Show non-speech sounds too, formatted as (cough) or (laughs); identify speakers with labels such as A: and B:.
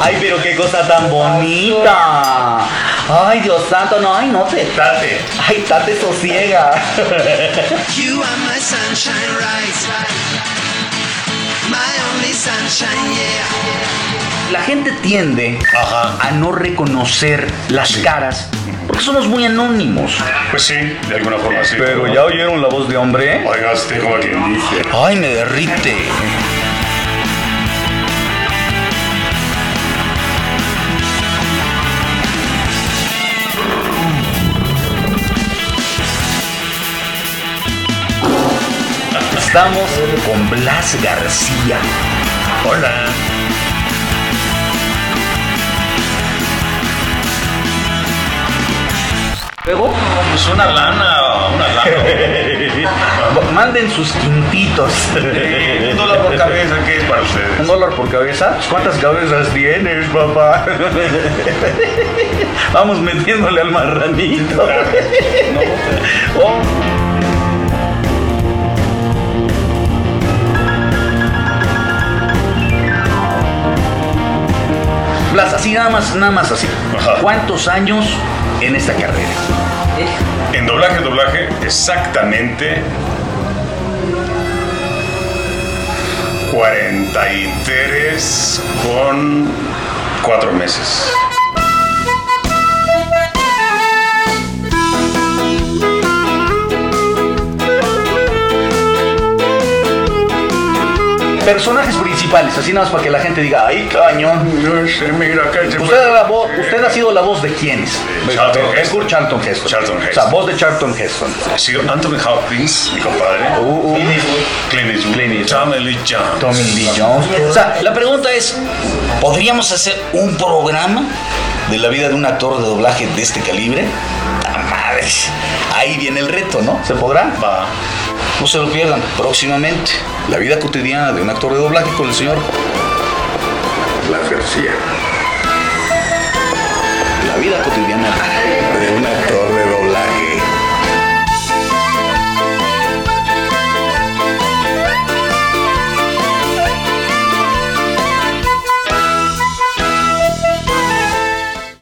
A: Ay, pero qué cosa tan bonita. Ay, Dios santo, no, ay, no te tate. Ay, tate sosiega.
B: You are my sunshine, right? My only sunshine, yeah.
A: La gente tiende
C: Ajá.
A: a no reconocer las caras porque somos muy anónimos.
C: Pues sí, de alguna forma sí. ¿no?
A: oyeron la voz de hombre.
C: Oiga, usted como quien dice.
A: Ay, me derrite. Estamos con Blas García.
C: Hola.
A: Luego,
C: Pues una lana, una lana.
A: manden sus quintitos.
C: Eh, Un dólar por cabeza, ¿qué es para
A: ¿Un
C: ustedes?
A: dólar por cabeza? ¿Cuántas cabezas tienes, papá? (laughs) Vamos metiéndole al marranito. Oh. Blas, así nada más, nada más así.
C: Ajá.
A: ¿Cuántos años en esta carrera?
C: En doblaje, doblaje, exactamente 43 con 4 meses.
A: Personajes principales, así nada más para que la gente diga, ay, cañón.
C: No sé, mira, acá se fue.
A: Usted, era la voz- usted ha sido la voz de quiénes?
C: Pues, Charlton Heston.
A: Charlton Heston.
C: Charlton
A: O sea,
C: Heston.
A: voz de Charlton Heston.
C: Sí, Anthony Hopkins, mi compadre.
A: Uh, uh.
C: Clint Eastwood.
A: Clint Eastwood.
C: Tommy Lee Jones.
A: Tommy Lee Jones. O sea, la pregunta es, ¿podríamos hacer un programa de la vida de un actor de doblaje de este calibre? ¡Ah, madres! Ahí viene el reto, ¿no? ¿Se podrá?
C: Va.
A: No se lo pierdan próximamente. La vida cotidiana de un actor de doblaje con el señor